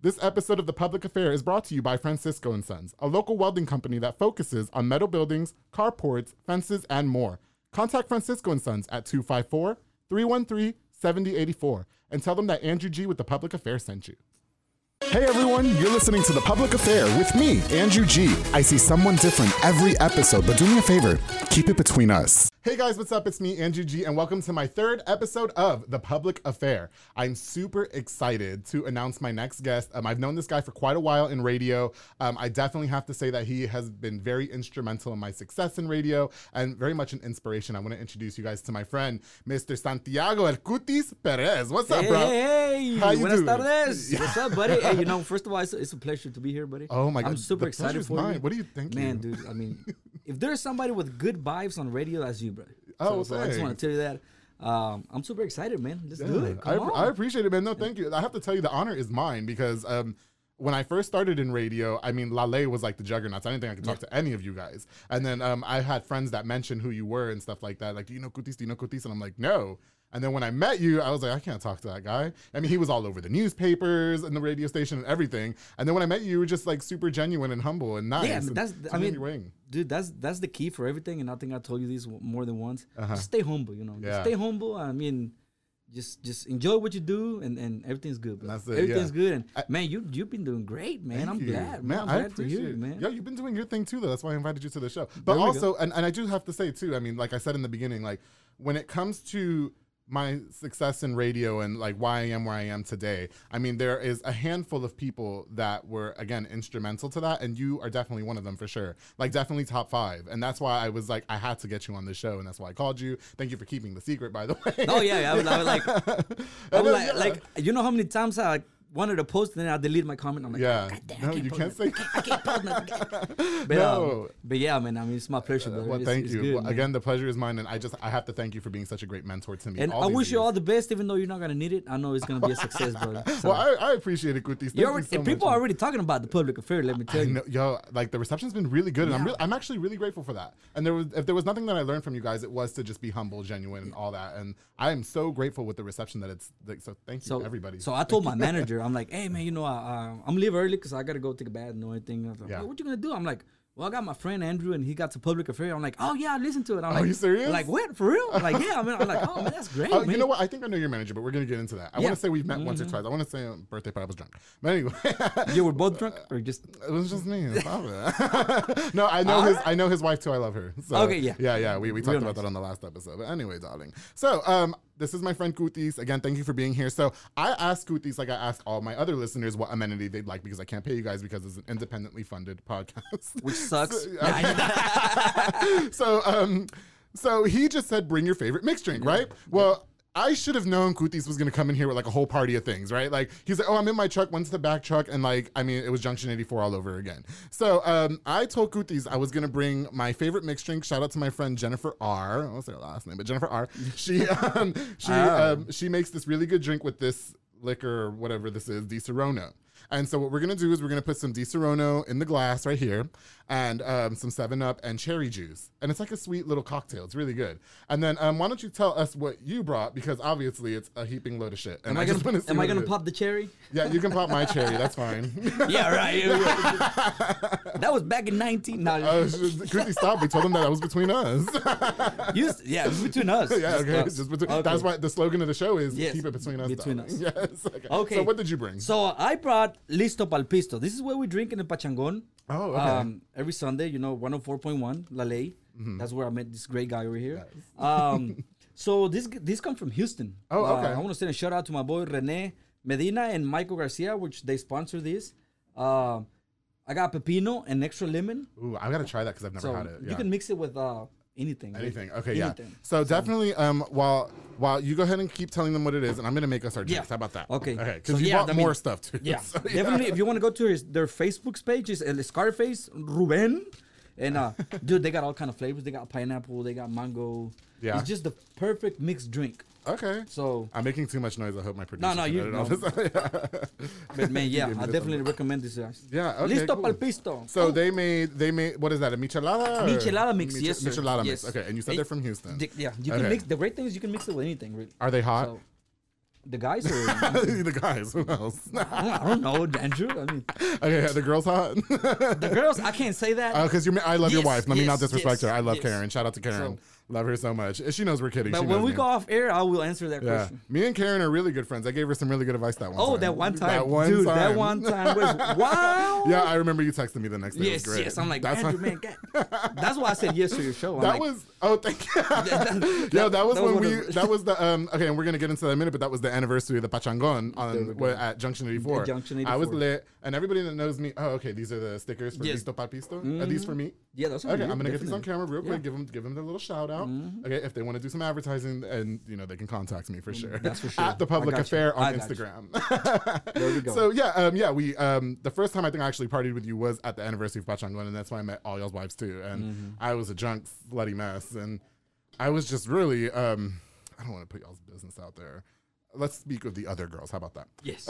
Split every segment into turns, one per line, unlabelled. This episode of The Public Affair is brought to you by Francisco and Sons, a local welding company that focuses on metal buildings, carports, fences, and more. Contact Francisco and Sons at 254-313-7084 and tell them that Andrew G with The Public Affair sent you.
Hey everyone, you're listening to The Public Affair with me, Andrew G. I see someone different every episode, but do me a favor, keep it between us.
Hey guys, what's up? It's me, Andrew G, and welcome to my third episode of The Public Affair. I'm super excited to announce my next guest. Um, I've known this guy for quite a while in radio. Um, I definitely have to say that he has been very instrumental in my success in radio and very much an inspiration. I want to introduce you guys to my friend, Mr. Santiago Ercutis Perez. What's up,
Hey,
bro?
hey, hey.
How you
buenas
doing?
tardes. What's up, buddy? Hey, you know, first of all, it's, it's a pleasure to be here, buddy.
Oh my
I'm
God,
super
the
excited
pleasure's
for you.
mine. What do you think,
man,
you?
dude? I mean, if there's somebody with good vibes on radio, that's you, brother.
Oh,
so, so I just want
thanks.
to tell you that. Um, I'm super excited, man. Let's do
Yeah,
it.
I,
Come on.
I appreciate it, man. No, thank you. I have to tell you, the honor is mine because um, when I first started in radio, I mean, Lale was like the juggernauts. I didn't think I could talk to any of you guys. And then um, I had friends that mentioned who you were and stuff like that. Like, do you know Cutis? Do you know Cutis? And I'm like, no. And then when I met you, I was like, I can't talk to that guy. I mean, he was all over the newspapers and the radio station and everything. And then when I met you, you were just like super genuine and humble and nice.
yeah,
and
but that's.
took
I
me in
mean,
your wing.
dude, that's that's the key for everything. And I think I told you this w- more than once. Just stay humble, you know.
Uh-huh. Yeah.
Just stay humble. I mean, just just enjoy what you do, and and everything's good. Bro.
That's it, yeah.
Everything's good. And
I-
man, you you've been doing great, man. I'm
Thank you.
glad,
man.
I'm
I
glad to
appreciate
hear
it.
you, man.
Yo, you've been doing your thing too, though. That's why I invited you to the show. But
There we go.
also, and, and I do have to say too. I mean, like I said in the beginning, like when it comes to my success in radio and like why I am where I am today, I mean, there is a handful of people that were again instrumental to that, and you are definitely one of them for sure. Like definitely top five, and that's why I was like, I had to get you on the show, and that's why I called you. Thank you for keeping the secret, by the way.
Oh yeah, yeah. I was, I was like, I
And
was
then, uh,
like,
yeah.
like, you know how many times I wanted to post and then I delete my comment. I'm like,
Yeah.
God damn,
No,
I can't
you
post
can't
nothing.
say-
I can't post nothing. But,
No. Uh,
um, but yeah, man. I mean, it's my pleasure. brother.
well,
It's-
thank
it's
you
good,
Well,
man.
again. The pleasure is mine, and I just I have to thank you for being such a great mentor to me.
And
all
I
these
wish you
years.
all the best, even though you're not gonna need it. I know it's gonna be a success, brother. So,
Well, I, I appreciate it, Kutis. Thank
you
you
already,
so
and people
much.
are already talking about the public affair. Let me tell
I
you.
know, yo, like the reception's been really good, and I'm
Yeah.
really, I'm actually really grateful for that. And there was, if there was nothing that I learned from you guys, it was to just be humble, genuine, and all that. And I am so grateful with the reception that it's. Like, so thank you,
So
everybody.
So I told my manager, I'm like, hey man, you know, I, I, I'm leave early because I gotta go take a bath and do anything. I was like,
Yeah.
"Well, what you gonna do? I'm like, well, I got my friend Andrew and he got to public affair. I'm like, oh yeah, I listened to it. I'm
Are
like,
you serious?
Like what? For real? like yeah. I mean, I'm like, oh man, that's great.
Oh,
man.
you know what? I think I know your manager, but we're gonna get into that. I
Yeah. Mm-hmm.
want to say we've met once or twice. I want to say um, birthday, but I was drunk. But anyway,
You were both drunk or just
It was just me. Stop it. no, I know his. I know his wife too. I love her. So,
Okay, yeah.
yeah, yeah. We, we talked
Real
about
nice.
that on the last episode. But anyway, darling. So, um, this is my friend Kutis. Again, thank you for being here. So, I asked Kutis, like I ask all my other listeners, what amenity they'd like because I can't pay you guys because it's an independently funded podcast.
which sucks.
Yeah, I so um so he just said bring your favorite mixed drink right well I should have known Kutis was gonna come in here with like a whole party of things, right? Like he's like, "Oh, I'm in my truck. When's the back truck?" And like, I mean, it was Junction 84 all over again. So um, I told Kutis I was gonna bring my favorite mixed drink. Shout out to my friend Jennifer R. I won't say her last name, but Jennifer R. She um, she um, she makes this really good drink with this liquor or whatever this is, Di Serono. And so what we're gonna do is we're gonna put some Di Serono in the glass right here, and um, some Seven Up and cherry juice, and it's like a sweet little cocktail. It's really good. And then um, why don't you tell us what you brought because obviously it's a heaping load of shit. And
Am I,
just
gonna
wanna see
am I
what it
gonna
is.
pop the cherry?
Yeah, you can pop my cherry. That's fine.
yeah, right. yeah, yeah. that was back in 19. No,
Uh, Chrissy, stop. We told them that that was between us.
you, s- yeah, it's between us.
yeah, okay.
us.
Just between,
Okay.
That's why the slogan of the show is
Yes,
keep it between us.
between
darling.
us.
Yes. Okay.
Okay.
So what did you bring?
So I brought Listo Palpisto. This is what we drink in the Pachangon. um,
Oh, okay.
every Sunday, you know, 104.1, La Ley.
Mm-hmm.
That's where I met this great guy over here. Um, so this g- this come from Houston.
Oh,
Uh,
okay.
I want to send a shout out to my boy Rene Medina and Michael Garcia, which they sponsor this. Uh, I got pepino and extra lemon.
Ooh, I gotta try that because I've never
So
had it.
you
Yeah.
can mix it with uh, anything. right?
Anything. Okay, yeah.
Anything.
So definitely, um, while while you go ahead and keep telling them what it is, and I'm gonna make us our drinks. How about that?
Okay.
Okay. Because
So,
you
yeah,
bought
I mean-
more stuff too.
Yeah,
So,
definitely. If you want to go to his, their Facebook page, is El Scarface Ruben, and uh, dude, they got all kind of flavors. They got pineapple, they got mango.
Yeah.
it's just the perfect mixed drink.
Okay.
So,
I'm making too much noise. I hope my producer.
No, no,
can
you-
edit all
no.
this out.
but man, yeah,
Give me
I
the
definitely recommend this. Guys.
yeah. Okay,
Listo
cool.
pal pisto.
So
Oh,
they made they made what is that a michelada? or-
michelada mix.
Miche-
yes, sir.
Michelada
yes.
mix. Okay, and you said they're from Houston.
Di- yeah, you
Okay.
can mix. The great thing is you can mix it with anything. Really.
Are they hot?
So, the guys are.
the guys. Who else?
I don't know, Andrew. I mean,
okay, are the girls hot. Uh,
the girls. I can't say that.
Because you're, I love your
Yes,
wife. Let me not
yes,
disrespect
yes,
her. I love
yes.
Karen. Shout out to Karen. love her so much. She knows we're kidding.
but
she
when
knows
we
me.
go off air, I will answer that
Yeah,
question.
me and Karen are really good friends. I gave her some really good advice that one.
Oh,
time.
that one time,
That one
dude.
time.
That one time was wow.
Yeah, I remember you texted me the next day. It was
Yes,
great.
yes. I'm like
That's
Andrew,
when-
man. God. That's why I said yes to your show. I'm
That
like,
was oh thank you.
that-
yeah, that was
that was
when
one
we
of the-
that was the um okay, and we're gonna get into that in a minute, but that was the anniversary of the Pachangon on wa- at Junction 84.
At Junction
I was
84.
lit, and everybody that knows me. Oh, okay, these are the stickers for
Yes. Mm-hmm.
Listo Papisto. Are these for me?
yeah. That's
Okay, I'm gonna get these on camera real quick. Give them, give them their little shout out.
Mm-hmm.
Okay, if they want to do some advertising, and you know they can contact me for sure.
Mm, that's for sure.
At the
I
public
got you.
affair on
I got you.
Instagram.
There we go.
So yeah, um, yeah, we um, the first time I think I actually partied with you was at the anniversary of Pachangon, and that's why I met all y'all's wives too. And
Mm-hmm.
I was a drunk, slutty mess, and I was just really um, I don't want to put y'all's business out there. Let's speak of the other girls. How about that?
yes.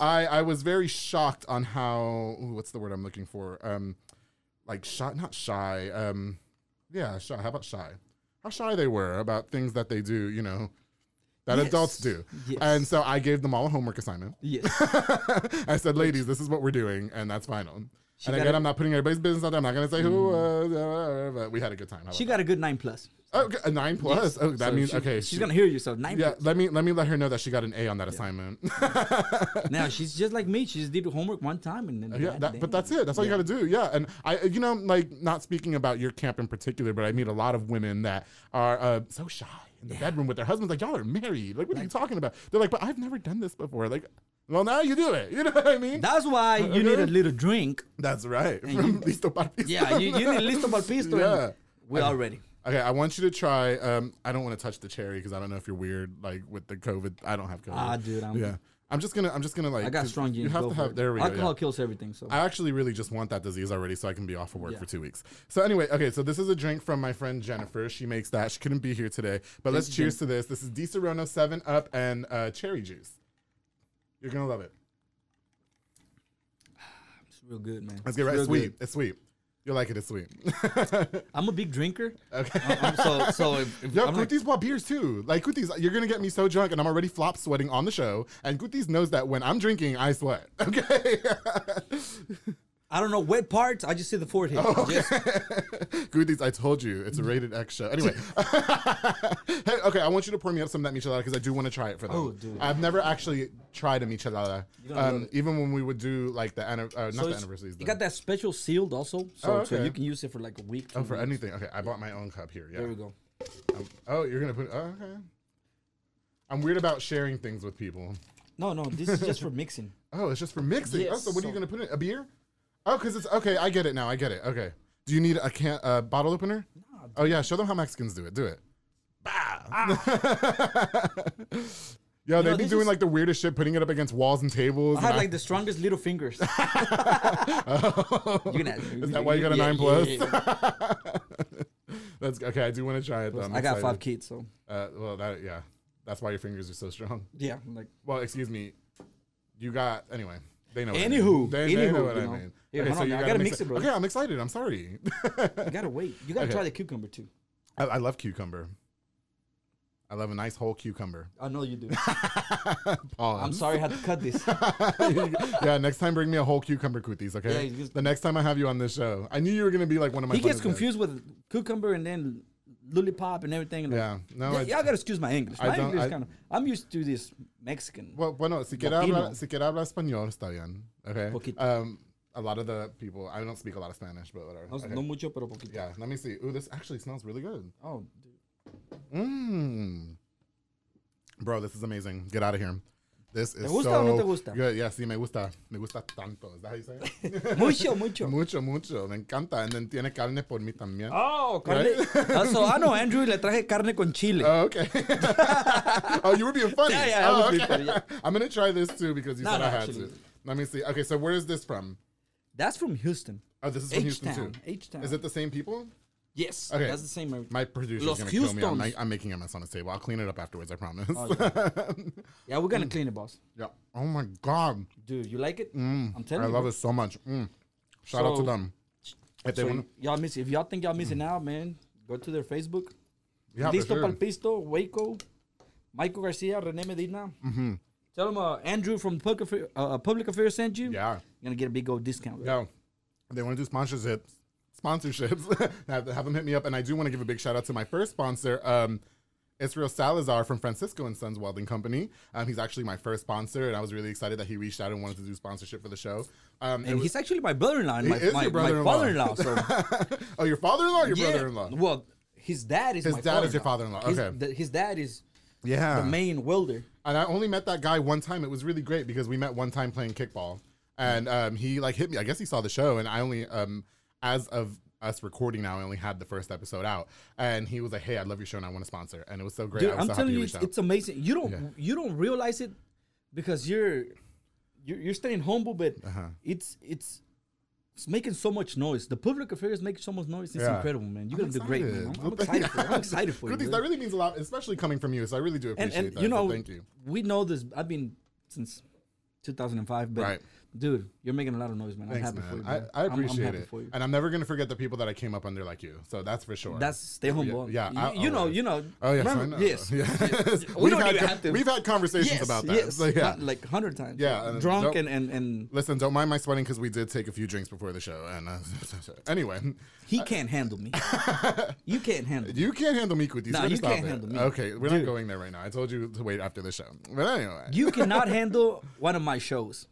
I, I was very shocked on how ooh, what's the word I'm looking for? Um, like shy, not shy. Um, yeah, shy. How about shy? How shy they were about things that they do, you know, that
Yes.
adults do.
Yes.
And so I gave them all a homework assignment.
Yes.
I said, ladies, this is what we're doing, and that's final. and
got
again,
it. Hmm.
I'm not putting everybody's business out there. I'm not gonna say who was, uh, but we had a good time. How
She
about
got a good nine plus.
that? okay, a nine plus. Oh, that
So
means
she-
okay.
She's
she-
gonna hear you. So nine.
Yeah,
plus.
let me let me let her know that she got an A on that assignment.
Now she's just like me. She just did homework one time and then.
Yeah,
God
that, but
damn.
that's it. That's all you got to do. Yeah, and I, you know, like not speaking about your camp in particular, but I meet a lot of women that are uh, so shy in the bedroom with their husbands. Like y'all are married. Like what are you talking about? They're like, but I've never done this before. Like, well, now you do it. You know what I mean?
That's why
Uh,
you need a little drink.
That's right. From Listo Papisto.
Yeah, you, you need listo pal pisto.
Yeah.
and We're all ready.
Okay, I want you to try. Um, I don't want to touch the cherry because I don't know if you're weird, like with the COVID. I don't have COVID.
Ah, dude, I'm-
yeah. I'm just gonna. I'm just gonna like.
I got
'cause
strong genes.
You have
go
to
for
have.
it.
There we go.
Alcohol
yeah.
kills everything. So
I actually really just want that disease already so I can be off of work
Yeah.
for two weeks. So anyway, okay, so this is a drink from my friend Jennifer. She makes that. She couldn't be here today, but let's
you,
cheers to this. This is Di Serono 7 Up and uh, cherry juice. You're going to love it.
it's real good, man.
Let's get right.
real
It's sweet.
good.
It's sweet. You'll like it. It's sweet.
I'm a big drinker. Okay. so so if, if
Yo,
I'm like,
Kutis bought beers too. Like Kutis, you're gonna get me so drunk, and I'm already flop sweating on the show. And Kutis knows that when I'm drinking, I sweat. Okay,
I don't know wet parts. I just see the forehead.
Oh,
Just-
Kutis, I told you it's a rated X show. Anyway, hey, okay, I want you to pour me up some of that michelada because I do want to try it for them.
Oh, dude.
I've never actually tried a michelada.
gonna love
Um,
it.
even when we would do like the anni- uh, not
So
the
it's-
anniversaries,
You
the-
got that special sealed also, so,
Oh,
so
okay.
you can use it for like a week.
oh
two
for
weeks.
anything. Okay, I bought my own cup here. Yeah.
There we go.
Um, oh, you're gonna put. Oh, okay. I'm weird about sharing things with people.
No, no, this is just for mixing.
Oh, it's just for mixing. oh,
Yes,
so what are you
so-
gonna put in it? a beer? Oh, because it's okay. I get it now. I get it. Okay. Do you need a can a bottle opener? oh yeah, show them how Mexicans do it. Do it. Bah. Yo, they
Ah. know,
be
this
doing
is-
like the weirdest shit, putting it up against walls and tables.
I
and
have like the strongest little fingers. you can add,
Is Oh. that why you got a
yeah,
nine
yeah,
plus?
yeah, yeah.
That's okay. I do want to try it though. I'm
I got
excited.
five kids, so
Uh, well, that yeah, that's why your fingers are so strong.
yeah. I'm Like
Well, excuse me. You got anyway. They know. What
Anywho,
I mean. they, they
anywho,
know what
you
I
know.
mean.
Yeah,
okay,
hold
so
on,
you
I
gotta
gotta
mix
mix it, bro.
Okay, I'm excited. I'm sorry.
you gotta wait. You gotta
Okay.
try the cucumber too.
I, I love cucumber. I love a nice whole cucumber.
I know you do.
Pause.
I'm sorry I had to cut this.
yeah, next time bring me a whole cucumber cooties, okay?
Yeah, you just-
the next time I have you on this show, I knew you were gonna be like one of my.
He gets
funnest guys.
confused with cucumber and then lollipop and everything. Like,
Yeah, no,
y-
I-
y'all gotta excuse my English.
I
My
don't-
English
I-
kind of. I'm used to this Mexican.
Well, bueno, si quiere,
Latino.
habla, si quiere habla español, está bien, okay?
Poquito.
Um, a lot of the people, I don't speak a lot of Spanish, but whatever.
I was
Okay.
no mucho pero poquito.
Yeah, let me see. Ooh, this actually smells really good. Mm.
Oh, dude.
Mmm. Bro, this is amazing. Get out of here. This is
¿Te gusta
so
o no te gusta?
good. Yeah, sí, me gusta. Me gusta tanto. Is that how you say it?
mucho, mucho.
mucho, mucho. Me encanta. And then tiene carne por mí también.
Oh, carne. Ah, so, ah, no, Andrew le traje carne con chile.
Oh, okay. oh, you were being funny.
Yeah, yeah, I
oh,
was being funny, yeah.
I'm gonna try this too because you
No,
said
no,
I had
actually.
to. Let me see. Okay, so where is this from?
That's from Houston.
Oh, this is from Houston
H-Town,
too.
H-Town.
Is it the same people?
Yes,
Okay.
that's the same. every-
My producer's
Los
gonna kill me. I'm,
Houstons.
like, I'm making a mess on the table. I'll clean it up afterwards. I promise.
Oh, Yeah, we're
Mm.
gonna clean it, boss.
yeah. Oh my god,
Dude, you like it? I'm telling
Mm, I
you.
love it so much. Mm. Shout out to
So-
them. If they
So
want,
y'all miss if y'all think y'all missing out, man, go to their Facebook.
Mm. yeah, for
Listo
sure.
Pal Palpisto, Waco, Michael Garcia, Rene Medina. Mm-hmm. Tell them uh, Andrew from Public, Affair, uh, Public Affairs sent you.
Yeah.
You're gonna get a big old discount.
Yeah. They want to do sponsorships. Sponsorships. have, have them hit me up. And I do want to give a big shout out to my first sponsor, um, Israel Salazar from Francisco and Sons Welding Company. Um, he's actually my first sponsor, and I was really excited that he reached out and wanted to do sponsorship for the show. Um, it
And
was-
he's actually my brother-in-law. And
He
my,
is your
my,
brother-in-law.
my father-in-law. So
oh, your father-in-law, or your
yeah.
brother-in-law.
Well, his dad is
His
my
dad is your
His,
father-in-law, okay. Ah.
the- his dad is
Yeah.
the main welder.
and I only met that guy one time. It was really great because we met one time playing kickball, and um, he like hit me. I guess he saw the show, and I only um, as of us recording now, I only had the first episode out, and he was like, "Hey, I love your show, and I want to sponsor." And it was so great.
Dude,
I was
I'm
so
telling
happy
you,
reached
it's,
out.
it's amazing. You don't
Yeah.
you don't realize it because you're you're, you're staying humble, but
Uh-huh.
it's it's it's making so much noise. The public affairs make so much noise. It's
Yeah.
incredible, man. You're
I'm
gonna do great, man.
excited.
I'm, I'm excited for you. I'm excited for you.
Good things.
dude.
That really means a lot, especially coming from you. So I really do
and
appreciate
and
that.
you know,
so thank you.
we know this. I've been since 2005, but
Right.
dude, you're making a lot of noise, man.
Thanks,
I'm happy for you.
man.
man.
I, I
I'm- I'm
appreciate
happy
it,
for you.
and I'm never gonna forget the people that I came up under like you. So that's for sure.
That's stay humble.
yeah,
You-
I-
you, know,
always.
you know.
Oh yes,
remember-
I know.
Yes,
Yeah.
We
We've
don't
had
even
co-
have to.
We've had conversations
yes,
about that.
Yes,
So, yeah.
not like hundred times.
Yeah, and
drunk
don't-
and and and
Listen, don't mind my sweating because we did take a few drinks before the show. And uh, anyway,
he can't handle me. you can't handle. me.
you can't handle me, Kuti. so
No,
we're gonna
you
stop
can't
it.
handle me.
Okay, we're not
Dude.
going there right now. I told you to wait after the show. But anyway,
You cannot handle one of my shows.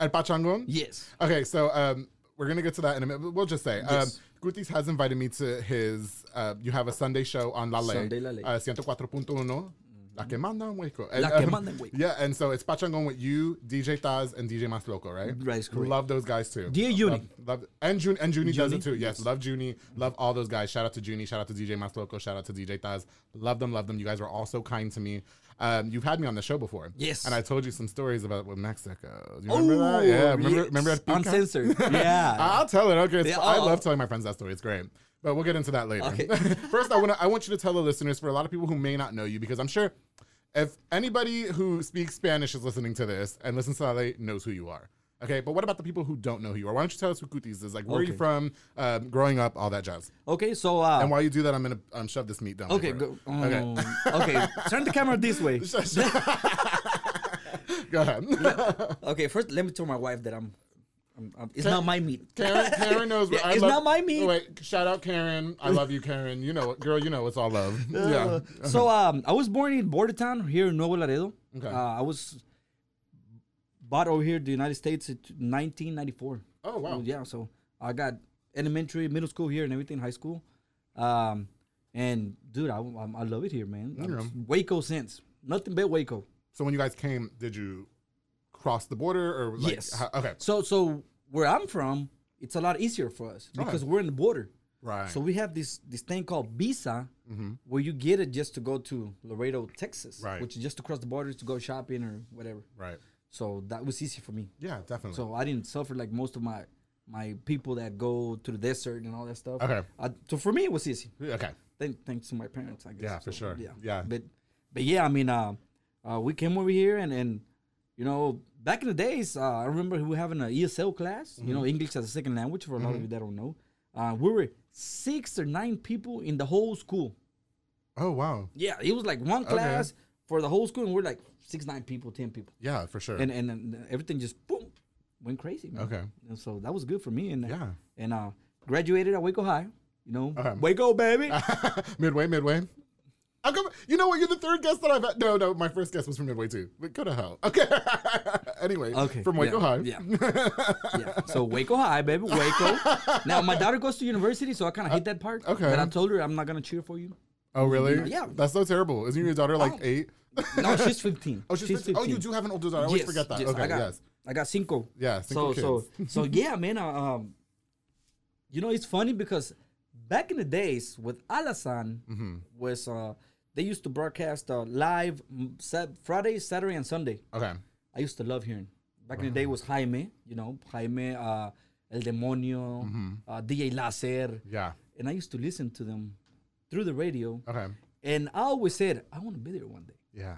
at Pachangon.
Yes.
Okay, so um, we're gonna get to that in a minute. But we'll just say,
Yes.
um, Gutis has invited me to his. Uh, you have a Sunday show on La Ley,
Sunday La Ley. Mm-hmm.
uh, 104.1. La que manda en Waco. And, um,
La que manda en Waco.
Yeah, and so it's Pachangon with you, DJ Taz, and DJ Mas Loco, right?
Right, it's correct.
Love those guys too.
Dear
Love-
Juni.
love- and June and Junie does it
Juni?
too. Yes, love Junie. Love all those guys. Shout out to Junie. Shout out to DJ Mas Loco. Shout out to DJ Taz. Love them. Love them. You guys are all so kind to me. Um, you've had me on the show before.
Yes. Oh,
And I told you some stories about with Mexico. Do you oh, remember that? Ah. Yeah. Remember,
yes.
remember at Pica?
uncensored. yeah.
I'll tell it. Okay, it's-
Yeah,
I
I'll-
love telling my friends that story. It's great. But we'll get into that later.
Okay.
First, I want to. I want you to tell the listeners for a lot of people who may not know you, because I'm sure if anybody who speaks Spanish is listening to this and listens to LA knows who you are. Okay, but what about the people who don't know who you are? Why don't you tell us who Cutis is? Like, where are you
Okay.
from? Um, growing up, all that jazz.
Okay. So. Uh,
And while you do that, I'm gonna um, shove this meat down. my
okay. Go,
throat.
um, okay. Turn the camera this way. mm.
Go ahead.
Okay. First, let me tell my wife that I'm. I'm, I'm it's not my meat.
Karen, Karen knows. what
Yeah, it's not my meat.
Wait, shout out Karen. I love you, Karen. You know, it. girl, you know it's all love. yeah. Uh-huh.
so um, I was born in Bordertown here in Nuevo Laredo.
Okay.
Uh, I was bought over here to the United States in 1994.
Oh, wow.
So, yeah, so I got elementary, middle school here, and everything, high school. Um, and dude, I, I, I love it here, man. I'm
Okay.
Waco since nothing but Waco.
So when you guys came, did you cross the border or like,
yes.
how- okay.
So so where I'm from, it's a lot easier for us because we're in the border.
Right. Mm-hmm.
So we have this this thing called visa, where you get it just to go to Laredo, Texas,
Right.
which is just to cross the border to go shopping or whatever.
Right.
So that was easy for me.
Yeah, definitely.
So I didn't suffer like most of my my people that go to the desert and all that stuff.
Okay.
I, so for me, it was easy.
okay.
Thank, thanks to my parents, I guess.
Yeah, for sure.
Yeah,
Yeah.
But but yeah, I mean, uh, uh, we came over here and and you know back in the days, uh, I remember we were having an ESL class,
Mm-hmm.
you know, English as a second language. For a lot of you that don't know, uh, we were six or nine people in the whole school.
Oh wow.
Yeah, it was like one class for the whole school, and we're like six, nine people, ten people
Yeah, for sure.
and and, and everything just boom went crazy. Man.
Okay.
and so that was good for me. And
Yeah. Uh-huh.
and uh, graduated at Waco High. You know,
Okay.
Waco baby.
midway, midway. I'll come, you know what? You're the third guest that I've had. No, no, my first guest was from Midway too. But go to hell. Okay. anyway,
Okay,
from Waco
yeah,
High.
Yeah. yeah. So Waco High, baby, Waco. now my daughter goes to university, so I kind of hate that part.
okay.
But I told her I'm not gonna cheer for you.
Oh really?
Yeah.
That's so terrible. Isn't your daughter like
Oh.
eight?
No, she's 15.
Oh, she's 15. Oh, you do have an older daughter. I always
Yes,
forget that.
yes,
okay,
I got,
yes.
I got cinco.
Yeah, cinco
so
kids.
so so yeah, man. Uh, um, you know, it's funny because back in the days with Alasan
Mm-hmm.
was uh, they used to broadcast uh, live mm, Sat- Friday, Saturday, and Sunday.
Okay.
I used to love hearing. Back in the day was Jaime, you know, Jaime, uh, El Demonio,
Mm-hmm.
uh, DJ Lacer.
Yeah.
And I used to listen to them through the radio.
Okay.
And I always said, I want to be there one day.
Yeah.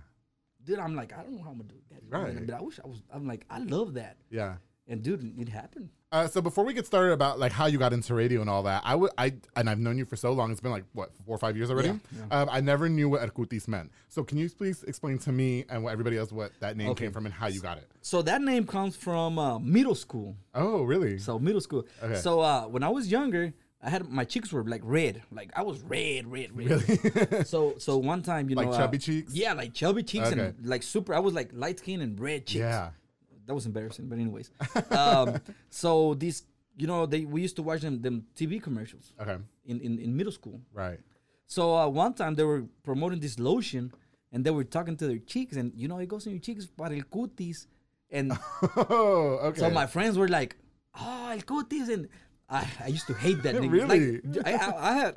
Dude, I'm like, I don't know how I'm going to do that.
Right.
But I wish I was, I'm like, I love that.
Yeah.
And dude, it happened.
Uh, so before we get started about like how you got into radio and all that, I would I and I've known you for so long. It's been like what four or five years already. Um, I never knew what Ercutis meant. So can you please explain to me and what everybody else what that name
Okay.
came from and how you got it?
So that name comes from uh, middle school.
Oh, really?
So middle school.
Okay.
So uh, when I was younger, I had my cheeks were like red. Like I was red, red, red. so so one time, you
Like
know,
chubby
uh,
cheeks?
Yeah, like chubby cheeks
Okay.
and like super. I was like light skin and red cheeks.
yeah.
that was embarrassing. But anyways, um, so these, you know, they we used to watch them them TV commercials
Okay.
in in, in middle school.
Right.
So uh, one time they were promoting this lotion, and they were talking to their cheeks, and you know it goes in your cheeks, para el cutis, and
Oh, okay.
so my friends were like, "Oh, el cutis," and I, I used to hate that name.
Really?
Like, I, I, I had,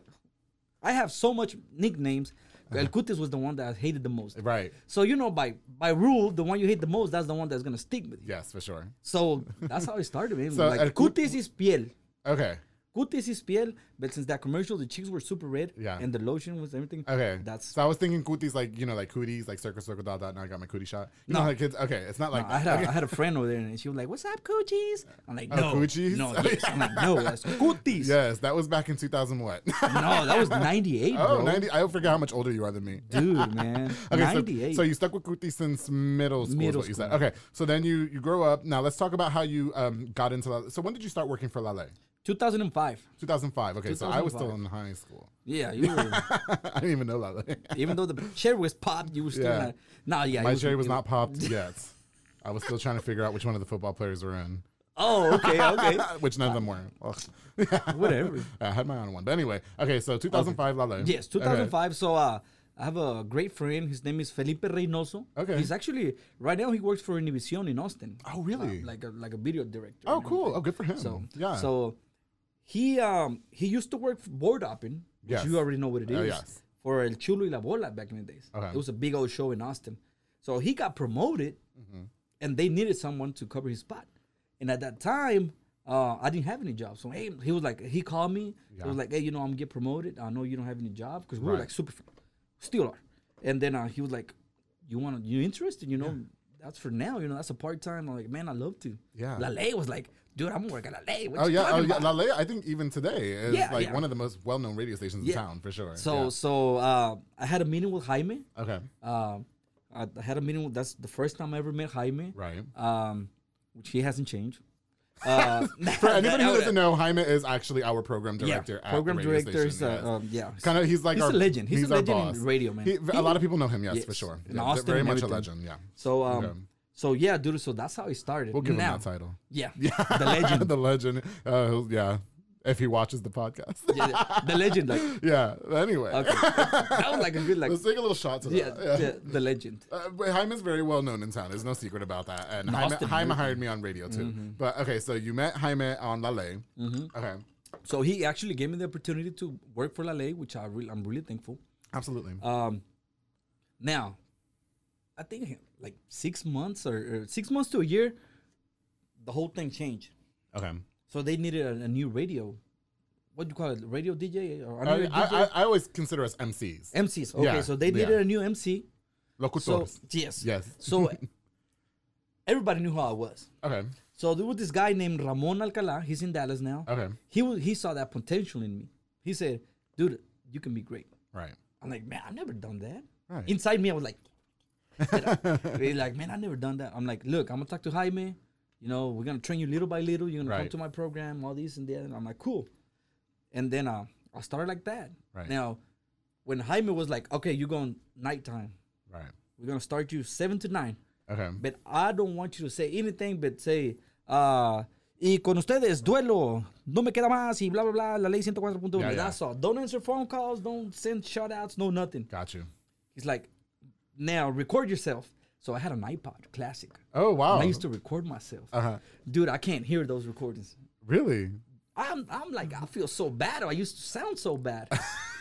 I have so much nicknames. El cutis was the one that I hated the most.
Uh-huh. right.
So you know, by by rule, the one you hate the most, that's the one that's gonna stick with you.
Yes, for sure.
So that's how it started, man.
So
like,
el
el
cut-
cutis is piel.
Okay.
Cutis is piel. But since that commercial, the cheeks were super red,
Yeah.
and the lotion was everything.
Okay.
that's
so I was thinking cooties like you know like cooties like circle circle dot dot. Now I got my cootie shot. You no, know, how kids. Okay, it's not like
I
that.
had, a,
Okay.
I had a friend over there, and she was like, "What's up, coochies?" I'm like, "No,
Oh, coochies?
no, yes." I'm like, "No, that's cooties."
Yes, that was back in 2000 what?
No, that was '98,
oh,
bro.
90. I forgot how much older you are than me.
Dude, man,
Okay, so,
'98.
so you stuck with Kuti since middle school.
Middle
is what you said.
school.
Okay, so then you you grow up. Now let's talk about how you um got into. Lale. So when did you start working for Lale?
2005.
2005. Okay, so I was
2005.
still in high school.
Yeah, you were,
I didn't even know Lale.
even though the cherry was popped, you were still
Yeah.
not. Nah, yeah,
My
it
cherry was
it
not popped yet. I was still trying to figure out which one of the football players were in,
Oh, okay, okay,
which none of them were. Ugh.
whatever.
I had my own one, but anyway. Okay, so 2005 Lale.
Yes, 2005. So, uh, I have a great friend. His name is Felipe Reynoso.
Okay.
he's actually right now he works for Univision in Austin.
Oh, really?
Uh, like a like a video director.
Oh,
and
cool.
everything.
Oh, good for him.
So
yeah.
So he um he used to work for board hopping, which
Yes.
you already know what it is.
Oh, yes.
For El Chulo y la Bola back in the days.
Okay.
It was a big old show in Austin. So he got promoted
Mm-hmm.
and they needed someone to cover his spot. And at that time, uh, I didn't have any job. So hey, he was like, he called me. He was like, hey, you know, I'm gonna get promoted. I know you don't have any job because we were
Right.
like super, fr- still are. And then uh, he was like, you want to, you interested? You know, that's for now. You know, that's a part time. I'm like, man, I love to.
Yeah.
La Ley was like, dude, I'm gonna work at La Ley. What
Oh
you
yeah, oh
talking
yeah.
about?"
Lale, I think even today is
Yeah,
like
yeah.
one of the most well-known radio stations in
Yeah.
town for sure.
So so uh, I had a meeting with Jaime.
yeah. okay,
Uh, I I had a meeting. With, that's the first time I ever met Jaime.
right.
Um, which he hasn't changed. Uh,
For anybody who doesn't know, Jaime is actually our program
yeah,
director. at
program
the radio
director. is,
station,
uh,
yes.
um, yeah,
kind of he's like
he's
our,
a legend. He's, a
our
legend
boss.
in radio, man.
He- a lot of people know him, yes, for
Yes.
sure.
In
Yeah,
Austin
very
and
much
everything.
a legend. Yeah,
So um,
Okay.
so yeah, dude. So that's how it started.
we'll give
now,
him that title.
Yeah, the legend.
the legend. Uh, he'll- yeah, if he watches the podcast.
Yeah, yeah, the legend. Like
yeah. Anyway,
okay, that was like a good like
let's take a little shot to
yeah,
that.
The, the legend.
Uh, but Jaime's very well known in town. There's no secret about that. And Jaime,
Austin, Mm-hmm.
Jaime hired me on radio too. But okay, so you met Jaime on Lale. Okay,
So he actually gave me the opportunity to work for La Ley, which I really, I'm really thankful.
absolutely.
Um, now, I think like six months or, or six months to a year, the whole thing changed.
okay.
So they needed a, a new radio. What do you call it? Radio DJ or
I,
another
Uh, I,
DJ?
I- I always consider us MCs,
MCs. Okay,
Yeah,
so they needed
yeah.
a new MC. So
locutores.
yes,
Yes.
So everybody knew who I was.
okay.
So there was this guy named Ramon Alcala. He's in Dallas now.
Okay.
He was, he saw that potential in me. He said, "Dude, you can be great."
Right.
I'm like, "Man, I've never done that."
Right.
Inside me, I was like, He's like, man, I never done that. I'm like, look, I'm gonna talk to Jaime. You know, we're gonna train you little by little. You're gonna come
Right.
to my program, all this and that. And I'm like, cool. And then uh, I started like that.
Right.
Now, when Jaime was like, okay, you're going nighttime.
Right.
We're gonna start you seven to nine.
Okay.
But I don't want you to say anything but say, uh, y con ustedes, duelo, no me queda más, y blah, blah, blah, la ley 104.1.
Yeah, yeah.
That's all. Don't answer phone calls, don't send shoutouts, no nothing.
Got you.
He's like, now record yourself. So I had an iPod Classic.
Oh wow.
And I used to record myself.
Uh-huh.
Dude, I can't hear those recordings.
Really?
I'm, I'm like, I feel so bad. Or I used to sound so bad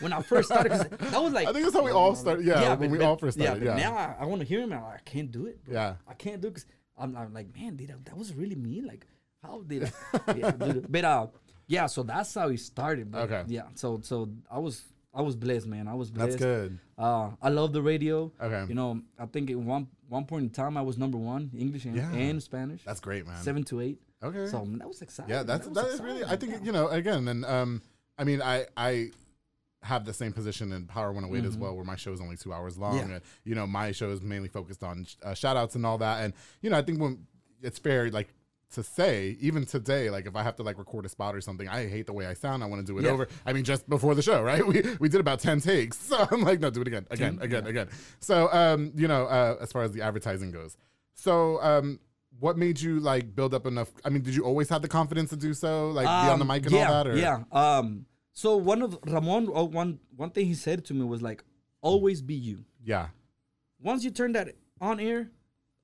when I first started. 'cause I was like,
I think that's how we all started. Yeah,
yeah,
when
but-
we
but-
all first started.
Yeah,
Yeah.
but now I, I want to hear him. and I can't do it. Bro.
Yeah.
I can't do it because I'm, I'm like, man, dude, that was really me. Like, how did? I, yeah, dude. But uh, yeah. So that's how it started. Bro.
Okay.
Yeah. So so I was I was blessed, man. I was
That's
blessed.
good.
Uh, I love the radio.
Okay.
You know, I think at one one point in time I was number one English and,
Yeah.
and Spanish.
That's great, man.
Seven to eight.
Okay.
So um, that was exciting.
Yeah, that's
was
that is really. I
exciting,
think
yeah.
you know again, and um, I mean, I I have the same position in Power 108 as well, where my show is only two hours long.
Mm-hmm. Yeah.
and, you know, my show is mainly focused on uh, shout outs and all that, and you know, I think when it's fair, like. To say, even today, like if I have to like record a spot or something, I hate the way I sound. I want to do it
Yeah.
over. I mean, just before the show, right? We we did about ten takes, so I'm like, no, do it again, again, again, again. So, um, you know, uh, as far as the advertising goes, so um, what made you like build up enough? I mean, did you always have the confidence to do so, like be on the
Um,
mic and
yeah,
all that? Or?
Yeah. Um. So one of Ramon, oh, one one thing he said to me was like, "Always be you.
yeah,
Once you turn that on air,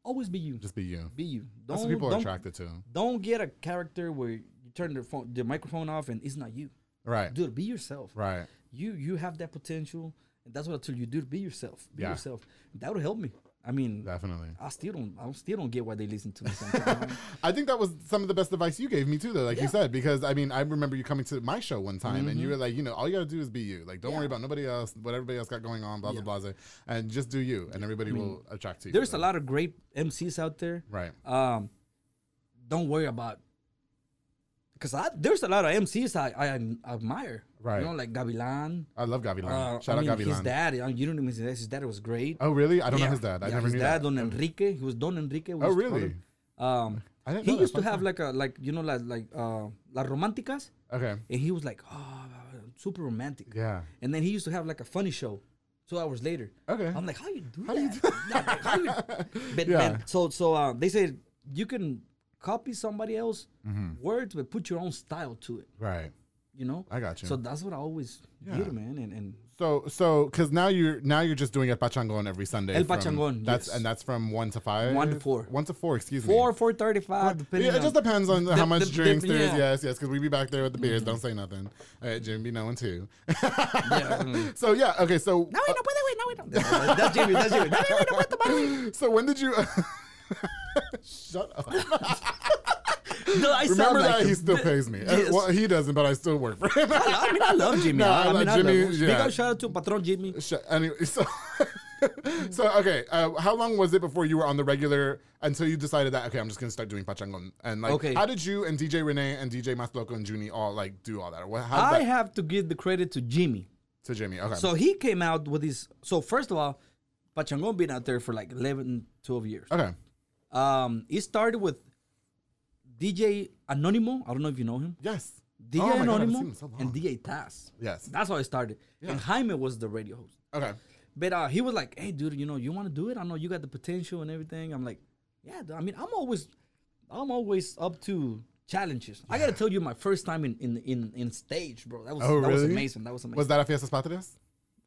always be you.
just be you.
be you. Don't
That's what people are
don't,
attracted to,
Don't get a character where you turn their phone, the microphone off, and it's not you.
right?
Dude, be yourself.
Right.
You you have that potential, and that's what I tell you, dude. Be yourself. Be
Yeah.
yourself. That would help me. I mean,
Definitely.
I still don't. I still don't get why they listen to me. Sometimes.
I think that was some of the best advice you gave me too, though. Like you said, because I mean, I remember you coming to my show one time,
Mm-hmm.
and you were like, you know, all you gotta do is be you. Like, don't worry about nobody else, what everybody else got going on, blah blah blah, and just do you, and everybody will attract to you.
There's a
so.
lot of great MCs out there.
Right.
um, don't worry about because I there's a lot of MCs I, I am- admire.
Right.
You know, like Gavilan.
I love Gavilan.
Uh,
Shout
I mean,
out
His
Gavilan.
dad, uh, you don't know his dad. His dad was great.
Oh really? I don't
yeah.
know his dad. I
yeah,
never
his
knew that.
dad, Don Enrique. He was Don Enrique. we
Oh,
used to call
really?
him. Um,
I didn't
he
know that.
used to
Fun
have like a like you know like like uh, las románticas,
Okay.
and he was like oh super romantic.
Yeah.
And then he used to have like a funny show, two hours later.
Okay.
I'm like, how you do
How
that?
do you
Like, like, how you- But,
Yeah.
but- so so uh, they said you can copy somebody else words, but put your own style to it.
Right.
You know.
Mm-hmm. I got you.
So that's what I always did, man. And and
So, so because now you're now you're just doing El Pachangon every Sunday.
El
from-
Pachangon,
That's
yes.
and that's from one to five.
One to four.
One to four. Excuse
four
me.
four thirty five. Depending.
Yeah, it
on-
just depends on how
Dep-
much
dep- dep-
drinks there is.
yeah. Mm-hmm.
Yes, yes, because we be back there with the beers. Don't say nothing. All right, Jim, be knowing too.
Yeah, mm.
So yeah, okay. So uh,
No, wait, no, wait, no, wait, no. That's Jimmy. That's Jimmy. No, wait, wait, no, wait, no, wait,
so when did you? Shut up.
wait. No, I sound
Remember
like
that
him.
he still
The-
pays me. Uh,
Yes.
Well, he doesn't, but I still work for him.
I mean, I love Jimmy.
No,
I, I
like
mean, I
Jimmy,
love him. Big
yeah.
up, shout out to Patron Jimmy.
Sh- anyway, so so okay. Uh, how long was it before you were on the regular until you decided that okay, I'm just gonna start doing pachangon? And like,
Okay.
how did you and DJ Renee and DJ Masloco and Juni all like do all that? Or what? How
I
did that
have to give the credit to Jimmy.
to Jimmy? Okay,
So he came out with his. So first of all, Pachangon been out there for like 11, 12 years.
okay,
Um, it started with DJ Anonimo. I don't know if you know him.
yes,
DJ
Oh my God, I haven't
Anonimo
seen him so long.
and DJ Taz.
Yes.
that's how it started. And Jaime was the radio host.
okay,
But uh, he was like, "Hey, dude, you know, you want to do it? I know you got the potential and everything." I'm like, "Yeah, dude, I mean, I'm always, I'm always up to challenges." I gotta tell you, my first time in in in, in stage, bro. That was
Oh,
that was
really?
amazing. That was amazing.
was that a Fiestas Patrias?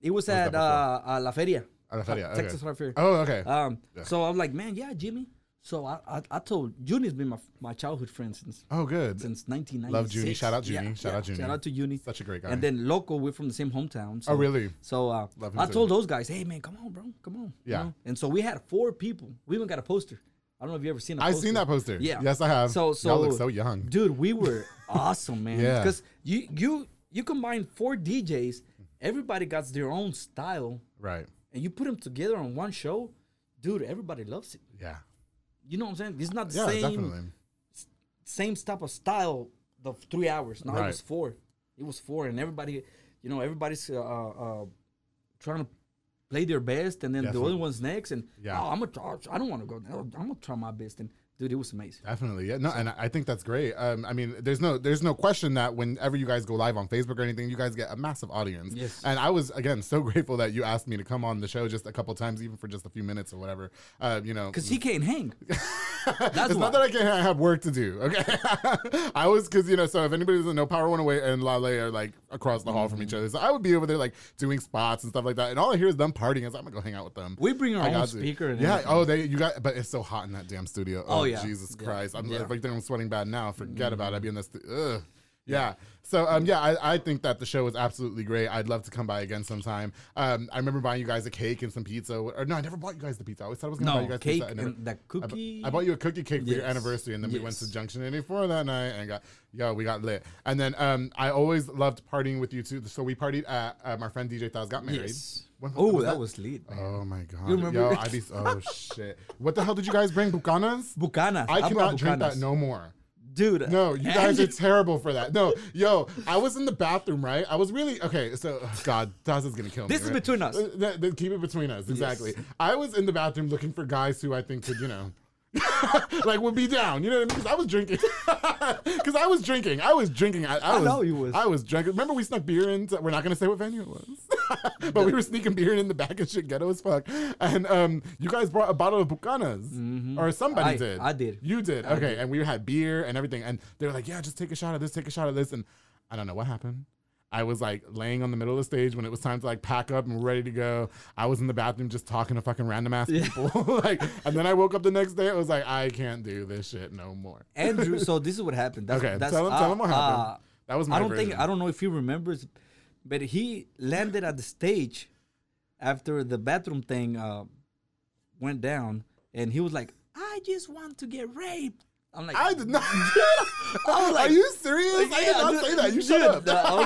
It was
that
at
before?
uh, uh, La Feria.
At La Feria,
Te-
okay.
Texas Art Fair.
Oh, okay.
Um,
Yeah.
So I'm like, man, yeah, Jimmy. So I, I, I told Juni's been my, my childhood friend since
Oh, good.
since 1996.
Love Juni. Shout out Juni.
Yeah,
Shout
yeah.
out Juni.
Shout out to Juni.
Such a great guy.
And then Loco, we're from the same hometown. So,
Oh, really?
So uh,
Love him
I
too.
told those guys, hey man, come on, bro, come on. you
Yeah.
know? And so we had four people. We even got a poster. I don't know if you ever seen. a
I've
poster.
seen that poster.
Yeah.
Yes, I have.
So so
Y'all look so young.
dude. We were awesome, man.
Yeah.
Because you you you combine four DJs. Everybody got their own style
right.
and you put them together on one show, dude, everybody loves it.
Yeah.
You know what I'm saying? It's not the
Yeah,
same
definitely.
same type of style the three hours. No, it
Right.
was four. It was four, and everybody, you know, everybody's uh, uh, trying to play their best, and then the
Definitely.
other one's next, and
Yeah.
oh, I'm gonna try. I don't want to go. I'm gonna try my best, and dude, it was amazing.
Definitely, yeah. No, and I- I think that's great. Um, I mean, there's no, there's no question that whenever you guys go live on Facebook or anything, you guys get a massive audience.
Yes.
And I was again so grateful that you asked me to come on the show just a couple times, even for just a few minutes or whatever. Um, you know,
Cause he can't hang. That's
it's
why.
not that I can't I have work to do. Okay, I was because you know. So if anybody doesn't know, Power One Away and Lale are like across the hall from each other. So I would be over there like doing spots and stuff like that. And all I hear is them partying. As I'm gonna go hang out with them.
We bring our
I
own
got to.
speaker and
yeah.
everything.
Oh, they you got. But it's so hot in that damn studio. Oh,
Oh, yeah.
Jesus
Yeah.
Christ! I'm
Yeah.
if I think I'm sweating bad now. Forget about it. I'd be in this. Stu- Ugh. Yeah. So um yeah, I, I think that the show was absolutely great. I'd love to come by again sometime. Um, I remember buying you guys a cake and some pizza. Or no, I never bought you guys the pizza. I always thought I was gonna buy you
no
guys
cake
pizza. I never-
and the
I bu-
cookie.
I bought you a cookie cake for your
Yes.
anniversary, and then we went to
Yes.
Junction 84 that night and got, yo, we got lit. And then um, I always loved partying with you too. So we partied at um, our friend DJ Thaz got married.
Yes.
When- when
Oh, that was lit. man.
Oh my god!
remember?
Yo, I be oh shit! What the hell did you guys bring? Bucanas?
Bucanas.
I
brought
cannot drink that
Bucanas.
no more.
Dude.
No, you guys are
Angie-
terrible for that. No, yo, I was in the bathroom, right? I was really okay. So, oh, God, Taz is gonna kill me.
This is
right?
between us.
Uh, th- th- keep it between us, exactly. I was in the bathroom looking for guys who I think could, you know. like would be down, you know what I mean? Because I was drinking, because I was drinking, I was drinking. I, I, was,
know you was.
I was drinking. Remember, we snuck beer in. We're not gonna say what venue it was, but we were sneaking beer in the back of shit, ghetto as fuck. And um, you guys brought a bottle of Bucanas,
Mm-hmm.
or somebody
I-
did.
I did.
You did. okay. And we had beer and everything. And they were like, yeah, just take a shot of this, take a shot of this. And I don't know what happened. I was like laying on the middle of the stage when it was time to like pack up and ready to go. I was in the bathroom just talking to fucking random ass people. like, and then I woke up the next day. I was like, I can't do this shit no more.
Andrew, so this is what happened. That's,
Okay,
that's,
tell him- tell him what happened.
uh,
That was my
I don't
version.
think I don't know if he remembers, but he landed at the stage after the bathroom thing uh, went down, and he was like, "I just want to get raped." I'm like,
I did not.
I was
Are
like-
you serious? I did
Yeah,
not
dude,
say that. You shut
dude,
up.
uh,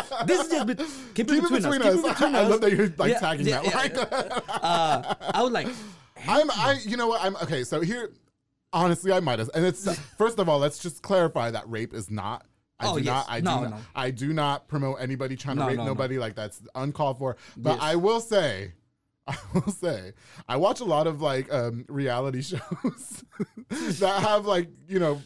okay. This is just bet- keep, it between, us. Keep it between
I
us.
love that you're like
Yeah,
tagging
yeah,
that
yeah.
line.
Uh, I was like,
I'm I you know what I'm okay so here honestly I might have and it's first of all let's just clarify that rape is not I
Oh,
do
yes.
not I
No,
do not
no.
I do not promote anybody trying to
No,
rape
no, no.
nobody like that's uncalled for but
Yes.
I will say I will say I watch a lot of like um reality shows that have like you know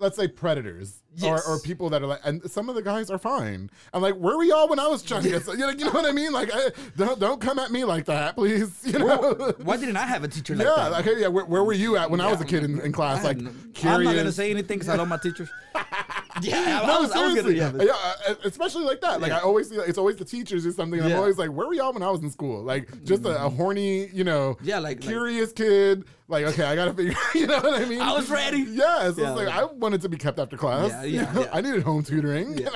let's say predators
Yes.
or, or people that are like and some of the guys are fine i'm like where were y'all when i was trying to get so, you, know, you know what i mean like I, don't don't come at me like that please you know
why didn't I have a teacher like
yeah,
that?
like, hey, yeah. Where, where were you at when I was a kid in, in class? Like, curious.
I'm not gonna say anything because I love my teachers. yeah,
No,
I was, I was gonna,
seriously.
yeah, but-
yeah, uh, especially like that. Like,
Yeah.
I always see like, it's always the teachers or something. And
Yeah. Mm.
I'm always like, where were y'all when I was in school? Like, just a, a horny, you know,
Yeah, like- like-
curious kid. Like, okay, I gotta figure. You know what I mean?
I was ready.
Yeah, so
Yeah,
it's like
like-
I wanted to be kept after class.
Yeah, yeah,
You know,
yeah.
I needed home tutoring. Yeah.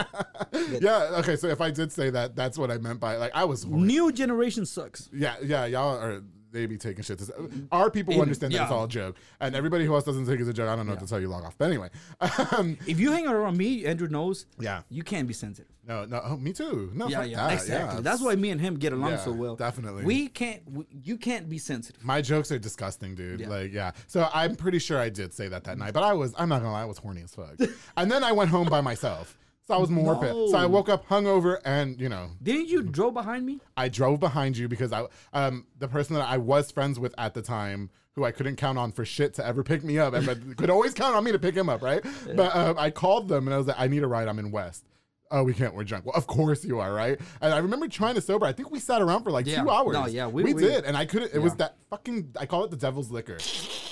Yeah.
Okay, so if I did say that, that's what I meant by like I was horny.
New generation sucks.
Yeah, yeah, y'all are. They be taking shit. To, our people
Even-
understand that it's
Mm-hmm. yeah.
all a joke, and everybody who else doesn't think it's a joke, I don't know what to tell you. Log off. But anyway, um,
If you hang around me, Andrew knows.
Yeah.
you can't be sensitive.
no, no, oh, me too. No,
Yeah,
fuck
yeah,
that,
exactly.
yeah.
That's why me and him get along
Yeah,
so well.
definitely.
we can't. We, you can't be sensitive.
My jokes are disgusting, dude.
Yeah. Mm-hmm.
Like, yeah. So I'm pretty sure I did say that that night, but I was, I'm not gonna lie, I was horny as fuck. and then I went home by myself. So I was more pissed. So I
No.
woke up hungover and, you know,
Didn't you draw behind me?
I drove behind you because I, um, the person that I was friends with at the time, who I couldn't count on for shit to ever pick me up, and but could always count on me to pick him up, right? But um, I called them and I was like, I need a ride. I'm in West. Oh, we can't. We're drunk. Well, of course you are, right? And I remember trying to sober. I think we sat around for like
Yeah.
two hours.
No, yeah, we-
we,
we-
did, and I couldn't. It was that fucking. I call it the devil's liquor.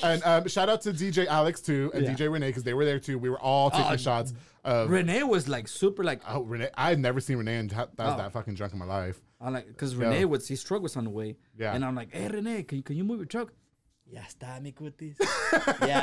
And um, shout out to DJ Alex too and
Yeah.
DJ Renee because they were there too. We were all taking
Oh,
shots of.
Renee was like super like uh,
Oh, Renee! I've never seen Renee and that was
Oh.
that fucking drunk in my life.
I'm like because Renee would see struggles on the way.
Yeah.
and I'm like, hey Renee, can you, can you move your truck? Ya está mi cutis. Ya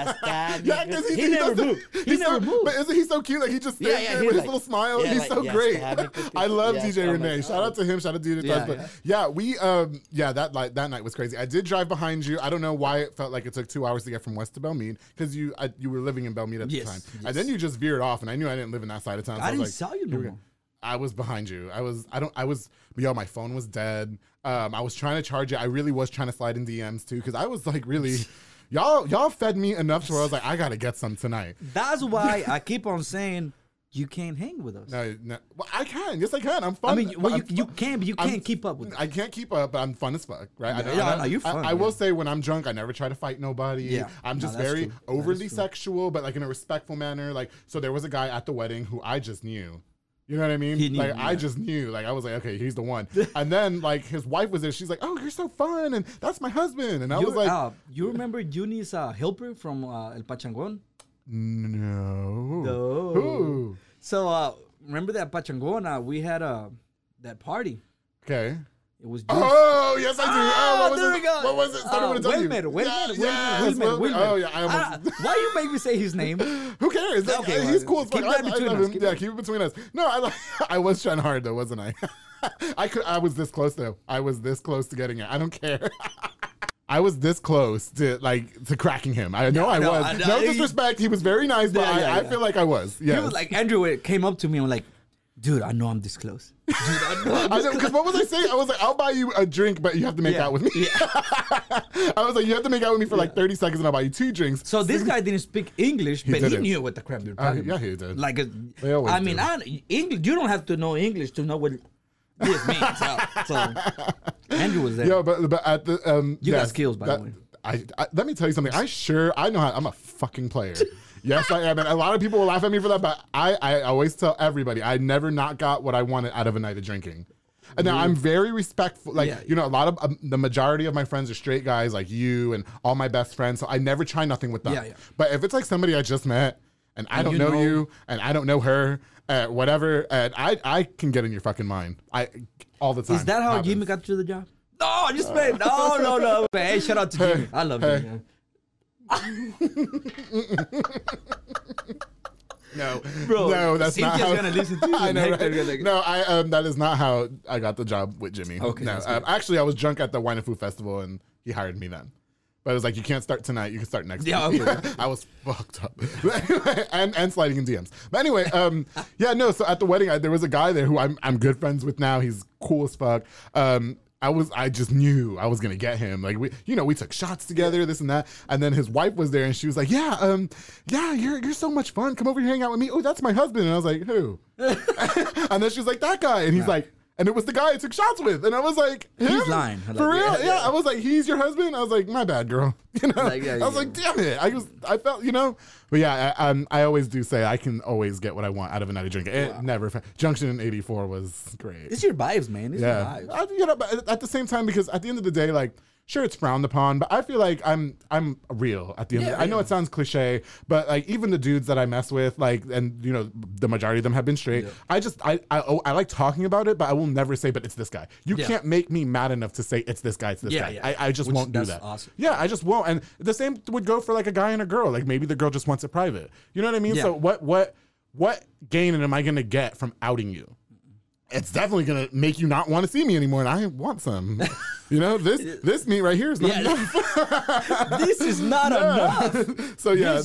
está mi
Yeah,
cutis."
because he,
he,
he
never
does it.
moved. He
He's
never
so,
moved.
But isn't he so cute? Like he just
Yeah,
stands
yeah,
there
he's
with his
like-
little smile.
yeah,
he's
like,
so
yes,
great.
have it with
I
you.
love
Yes,
DJ
I'm
Renee.
like,
Shout out to him. Shout out to DJ
Yeah,
Taz, but
yeah.
yeah, we um yeah that like that night was crazy. I did drive behind you. I don't know why it felt like it took two hours to get from West to Belmead because you I, you were living in Belmead at the
Yes,
time,
yes.
and then you just veered off, and I knew I didn't live in that side of town. So
I didn't
was like,
saw you no more.
I was behind you. I was. I don't. I was. Yo, my phone was dead. Um, I was trying to charge it. I really was trying to slide in DMs too, because I was like, really, y'all, y'all fed me enough to where I was like, I gotta get some tonight.
That's why I keep on saying you can't hang with us.
No, no. Well, I can. Yes, I can. I'm fun.
I mean, well,
I'm
you, you
fu-
can, but you
I'm-
can't keep up with. us.
I can't keep up, but I'm fun as fuck, right? I,
Yeah,
don't-
yeah,
I,
no, you
I-
fun,
I will
yeah.
say when I'm drunk, I never try to fight nobody.
Yeah.
I'm
No,
just
that's
very
true. That is
overly
true.
sexual, but like in a respectful manner. Like, so there was a guy at the wedding who I just knew. You know what I mean?
He knew,
like I
yeah.
just knew. Like I was like, okay, he's the one. and then like his wife was there. She's like, oh, you're so fun, and that's my husband. And I
You,
was like,
uh, you remember Juni's uh, helper from uh, El Pachangon?
no.
No.
Who?
So uh, remember that Pachangon? Uh, we had uh, that party.
Okay.
It was Juni.
Oh yes, I do. Oh, what was
Ah, there
it?
we go.
What was it? Started
Uh,
with a W.
Wilmer, Wilmer,
Yeah,
Wilmer,
yes,
Wilmer,
Wilmer.
Wilmer.
Oh yeah, I almost.
Ah, why you make me say his name?
Who cares? Like,
Okay,
uh,
well,
he's cool. as
keep
fuck.
that
I- I
between
love
us,
him.
keep
yeah,
that-
keep it between us. No, I li- I was trying hard though, wasn't I? I could. I was this close though. I was this close to getting it. I don't care. I was this close to like to cracking him. I know I
no,
was.
I- I-
no disrespect. He was very nice, but
Yeah,
I,
yeah,
I
yeah.
feel like I was. Yeah.
He was like Andrew it came up to me and like, dude, I know I'm this close. Dude, I know I'm
I
this
know, because what was I saying? I was like, I'll buy you a drink, but you have to make
Yeah.
out with me. I was like, you have to make out with me for like 30 seconds and I'll buy you two drinks.
So this guy didn't speak English, but he
didn't. Uh,
knew what the crap you're talking
yeah,
about.
he did.
Like, a,
They always
I mean,
do.
I, English. You don't have to know English to know what this means. so, so Andrew was there.
Yeah, but but at the um,
You got
yes,
skills, by the
that-
way.
I, I let me tell you something. I sure I know how. I'm a fucking player. yes, I am. And a lot of people will laugh at me for that, but I I always tell everybody I never not got what I wanted out of a night of drinking. And now I'm very respectful. Like
Yeah.
you know, a lot of um, the majority of my friends are straight guys, like you and all my best friends. So I never try nothing with them.
Yeah, yeah.
But if it's like somebody I just met and I don't
you
know,
know-
you and I don't know her, uh, whatever, and I I can get in your fucking mind. I all the time.
Is that how
Happens.
Jimmy got to the job? No, I just played. No, no, no. But hey, shout out to Jimmy. I love
hey.
Jimmy.
No,
Bro,
no, that's not
Cynthia's
how.
gonna listen to you,
I know,
Hector,
right?
you're like-
No, I um, that is not how I got the job with Jimmy.
Okay,
no,
that's
um, actually, I was drunk at the Wine and Food Festival, and he hired me then. But it was like you can't start tonight; you can start next.
Yeah,
week.
okay.
I was fucked up, But anyway, and and sliding in DMs. But anyway, um, yeah, no. So at the wedding, I, there was a guy there who I'm I'm good friends with now. He's cool as fuck. Um. I was I just knew I was gonna get him. Like we you know, we took shots together, this and that. And then his wife was there and she was like, Yeah, um, yeah, you're you're so much fun. Come over here, hang out with me. Oh, that's my husband. And I was like, Who? and then she was like, That guy. And he's like, and it was the guy I took shots with. And I was like, him?
He's lying. Like,
For real?
yeah,
Yeah, I was like, he's your husband? I was like, my bad, girl. You know?
Like, yeah,
I was
yeah.
like, damn it. I just, I felt, you know? But yeah, I, um, I always do say I can always get what I want out of a night of drinking. It never, fa- Junction in 84 was great.
It's your vibes, man. It's
Yeah,
your vibes.
I, you know, but at the same time, because at the end of the day, like, sure, it's frowned upon, but I feel like I'm I'm real at the end. of
Yeah,
the, I know
yeah.
it sounds cliche, but like even the dudes that I mess with, like, and you know, the majority of them have been straight. I just I I, oh, I like talking about it, but I will never say, but it's this guy. You
Yeah.
can't make me mad enough to say it's this guy, it's this
Yeah,
guy.
yeah.
I, I just
Which-
won't do
that's
that.
awesome.
Yeah, I just won't. And the same would go for like a guy and a girl. Like maybe the girl just wants it private. You know what I mean?
Yeah.
So what what what gain am I gonna get from outing you? it's definitely gonna make you not want to see me anymore, and I want some. You know, this this meat right here is not
Yeah.
enough.
this is not enough.
so yeah,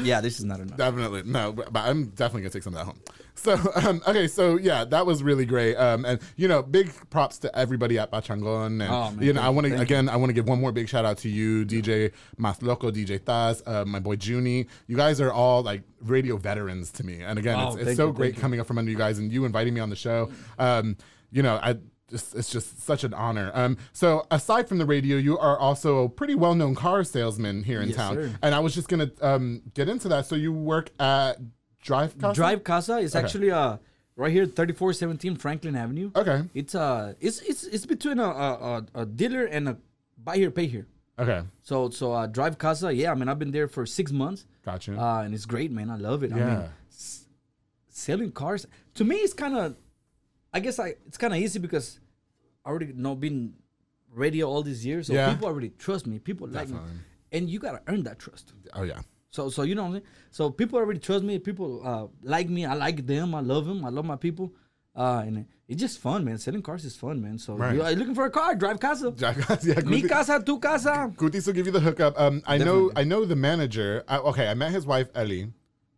Yeah, this is not enough.
definitely no, but but I'm definitely gonna take some of that home. So um, okay, so yeah, that was really great. Um, and you know, big props to everybody at Pachangon, and
Oh, man,
you know, I
thank-
want to
thank
again, I want to give one more big shout out to you, DJ Mas Loco, DJ Taz, uh, my boy Junie. You guys are all like radio veterans to me, and again,
Oh,
it's, it's
thank
so
you,
great
thank you.
coming up from under you guys and you inviting me on the show. Um, you know, I just, it's just such an honor. Um, so aside from the radio, you are also a pretty well-known car salesman here in
Yes,
town,
sir.
and I was just gonna um, get into that. So you work at Drive Casa?
Drive Casa is actually uh right here, thirty four seventeen Franklin Avenue.
Okay.
It's uh it's it's it's between a a, a, a dealer and a buy here pay here.
Okay,
So so uh, Drive Casa, yeah, I mean I've been there for six months.
Gotcha.
Uh, and it's great, man. I love it. I
Yeah.
mean, s- selling cars to me it's kind of, I guess I it's kind of easy because I already know been radio all these years, so
Yeah.
people already trust me. People like me,
Definitely.
and you gotta earn that trust.
Oh yeah.
So so you know what I'm saying? So people already trust me. People uh, like me. I like them. I love them. I love my people. Uh, and it's just fun, man. Selling cars is fun, man. So
Right.
you are looking for a car, drive casa.
Drive Casa. Yeah.
Mi
Guti-
casa, tu casa.
Gutis will give you the hookup. Um, I know.
Definitely.
I know the manager. I, okay, I met his wife Ellie.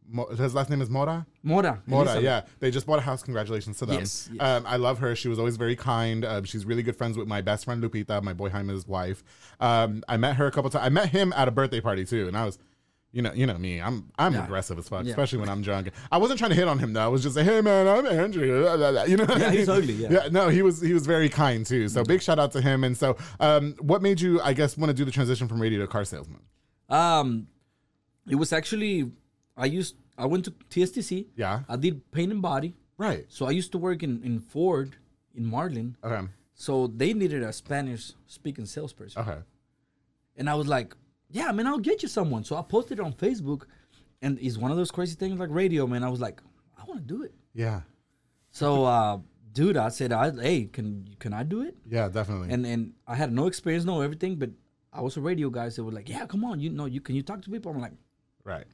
Mo- his last name is Mora.
Mora.
Mora,
Elizabeth.
yeah, they just bought a house. Congratulations to them.
Yes, yes.
Um, I love her. She was always very kind. Um, she's really good friends with my best friend Lupita, my boy Jaime's wife. Um, I met her a couple times. I met him at a birthday party too, and I was, You know, you know me. I'm I'm
Yeah.
aggressive as fuck,
Yeah.
especially when I'm drunk. I wasn't trying to hit on him though. I was just like, hey man, I'm Andrew. blah, blah, blah. You know, what I
Yeah, he's
mean?
ugly, yeah.
no, he was he was very kind too. So big shout out to him. And so, um, what made you, I guess, want to do the transition from radio to car salesman?
Um, it was actually I used I went to TSTC.
Yeah.
I did paint and body.
Right.
So I used to work in in Ford in Marlin.
Okay.
So they needed a Spanish speaking salesperson,
Okay.
and I was like, "Yeah, man, I'll get you someone." So I posted it on Facebook, and it's one of those crazy things like radio, man. I was like, "I want to do it."
Yeah.
So, uh, dude, I said, I, "Hey, can can I do it?"
Yeah. Definitely.
and and I had no experience, no everything, but I was a radio guy, so they were like, "Yeah, come on, you know, you can you talk to people?" I'm like,
right.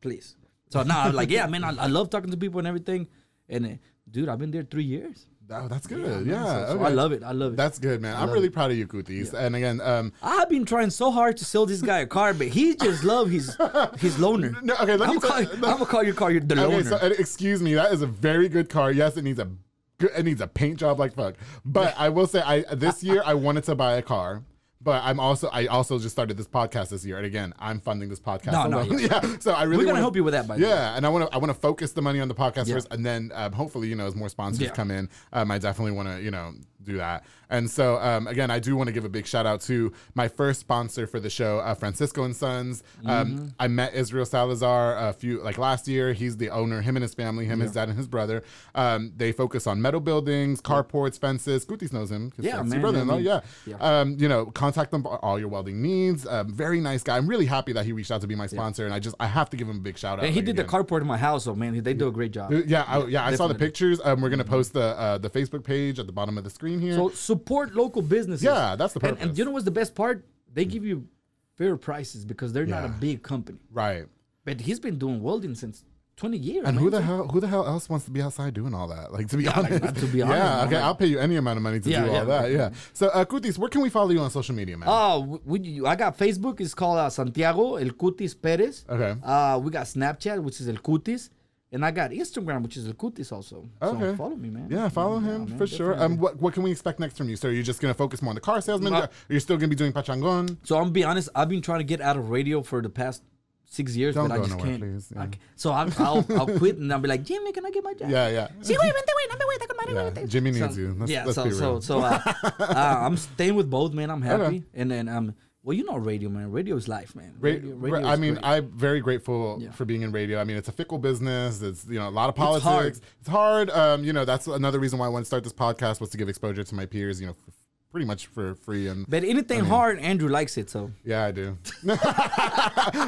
"Please." So now I'm like, "Yeah, man, I, I love talking to people and everything," and uh, dude, I've been there three years.
Oh, that's good.
man,
Yeah.
so, so I
okay.
love it. I love it.
That's good, man. I'm really proud of you, Kutis. And again, um,
I've been trying so hard to sell this guy a car, but he just love his his loner.
No, okay, let me
I'm,
tell-
gonna call, I'm gonna call your car your the
okay,
loner.
so, uh, excuse me, that is a very good car. Yes, it needs a good, it needs a paint job like fuck. But I will say, I this year I wanted to buy a car. But I'm also I also just started this podcast this year, and again I'm funding this podcast.
No, no,
alone. yeah. So I really
We're gonna
wanna-
help you with that, by the
yeah, and I want to I want to focus the money on the podcast
Yeah.
first, and then um, hopefully you know as more sponsors
Yeah.
come in, um, I definitely want to you know do that. And so um, again, I do want to give a big shout out to my first sponsor for the show, uh, Francisco and Sons. Um,
Mm-hmm.
I met Israel Salazar a few like last year. He's the owner. Him and his family, him, his dad, and his brother. Um, they focus on metal buildings, carports, fences. Gutis knows him. 'cause
Yeah,
that's
man,
Your brother-in-law.
I mean,
yeah.
yeah.
Um, you know, contact them for all your welding needs. Um, very nice guy. I'm really happy that he reached out to be my sponsor, and I just I have to give him a big shout out.
and he
like,
did
again.
the carport in my house, so man, they do a great job.
Uh, Yeah, I, yeah, I saw the
definitely. Mm-hmm.
pictures. Um, we're gonna post the uh, the Facebook page at the bottom of the screen here.
So support local businesses.
Yeah, that's the
And,
purpose.
and you know what's the best part? They give you fair prices because they're not a
Yeah.
big company.
right.
But he's been doing welding since 20 years.
And
man.
who the hell who the hell else wants to be outside doing all that? Like to be honest,
to be
yeah,
honest,
okay,
I'm
I'll pay you any amount of money to
Yeah,
do all
yeah.
that. Yeah. So, uh, Kutis, where can we follow you on social media, man?
Oh, w- would you- I got Facebook. It's called uh, Santiago El Cutis Perez.
Okay.
Uh, we got Snapchat, which is El Cutis, and I got Instagram, which is El Cutis also.
Okay.
So follow me, man.
yeah, follow him
man,
for sure. Um, what what can we expect next from you? So, are you just gonna focus more on the car salesman?
Well-
Are you still gonna be doing pachangon?
So I'm gonna be honest. I've been trying to get out of radio for the past six years,
Don't
but I
go
just
nowhere,
can't.
please,
I
yeah.
ca- so I'm, I'll I'll quit and I'll be like, Jimmy, can I get my job?
Yeah, yeah.
Sí, güey, vente, güey, no me voy, está con madre, güey,
Yeah,
vente.
Jimmy
So-
needs you. Let's-
yeah,
let's
so
be
so
real.
so uh, uh, I'm staying with both, man. I'm happy,
Okay.
and then um, well, you know, radio, man. Radio is life, man.
Ra-
Radio, radio
ra- I
is
mean,
great.
I'm very grateful
Yeah.
for being in radio. I mean, it's a fickle business. It's you know a lot of politics.
hard.
It's hard. Um, you know, that's another reason why I wanted to start this podcast was to give exposure to my peers. You know, for, pretty much for free. And
but anything hard, Andrew likes it. So
yeah, I do.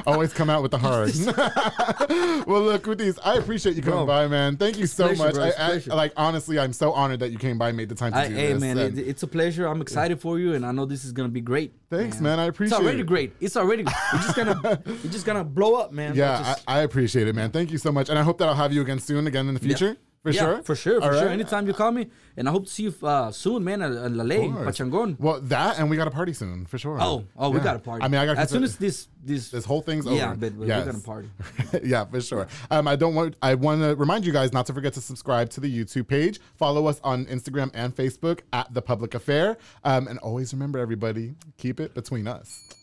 Always come out with the hard. well, look, Kutis, I appreciate you coming
Bro.
by, man. Thank you so
Pleasure,
much.
bro.
I,
It's
I-
pleasure.
like honestly, I'm so honored that you came by, and made the time to
I,
do
hey,
this.
man,
and-
it, it's a pleasure. I'm excited for you, and I know this is gonna be great.
Thanks, man. I appreciate
It's already
it.
great. It's already. You're just gonna. You're just gonna blow up, man.
yeah,
Just-
I, I appreciate it, man. Thank you so much, and I hope that I'll have you again soon, again in the future. For
Yeah,
sure,
for sure, for
All
sure.
right.
Anytime you call me, and I hope to see you uh, soon, man. At, at La Ley,
course.
Pachangon.
Well, that and we got a party soon for sure.
Oh, oh, we
Yeah.
got a party.
I mean, I got
as soon as this this
this whole thing's over.
yeah, but we-
Yes.
we're gonna party.
yeah, for sure. Um, I don't want. I want to remind you guys not to forget to subscribe to the YouTube page. Follow us on Instagram and Facebook at the Public Affair. Um, and always remember, everybody, keep it between us.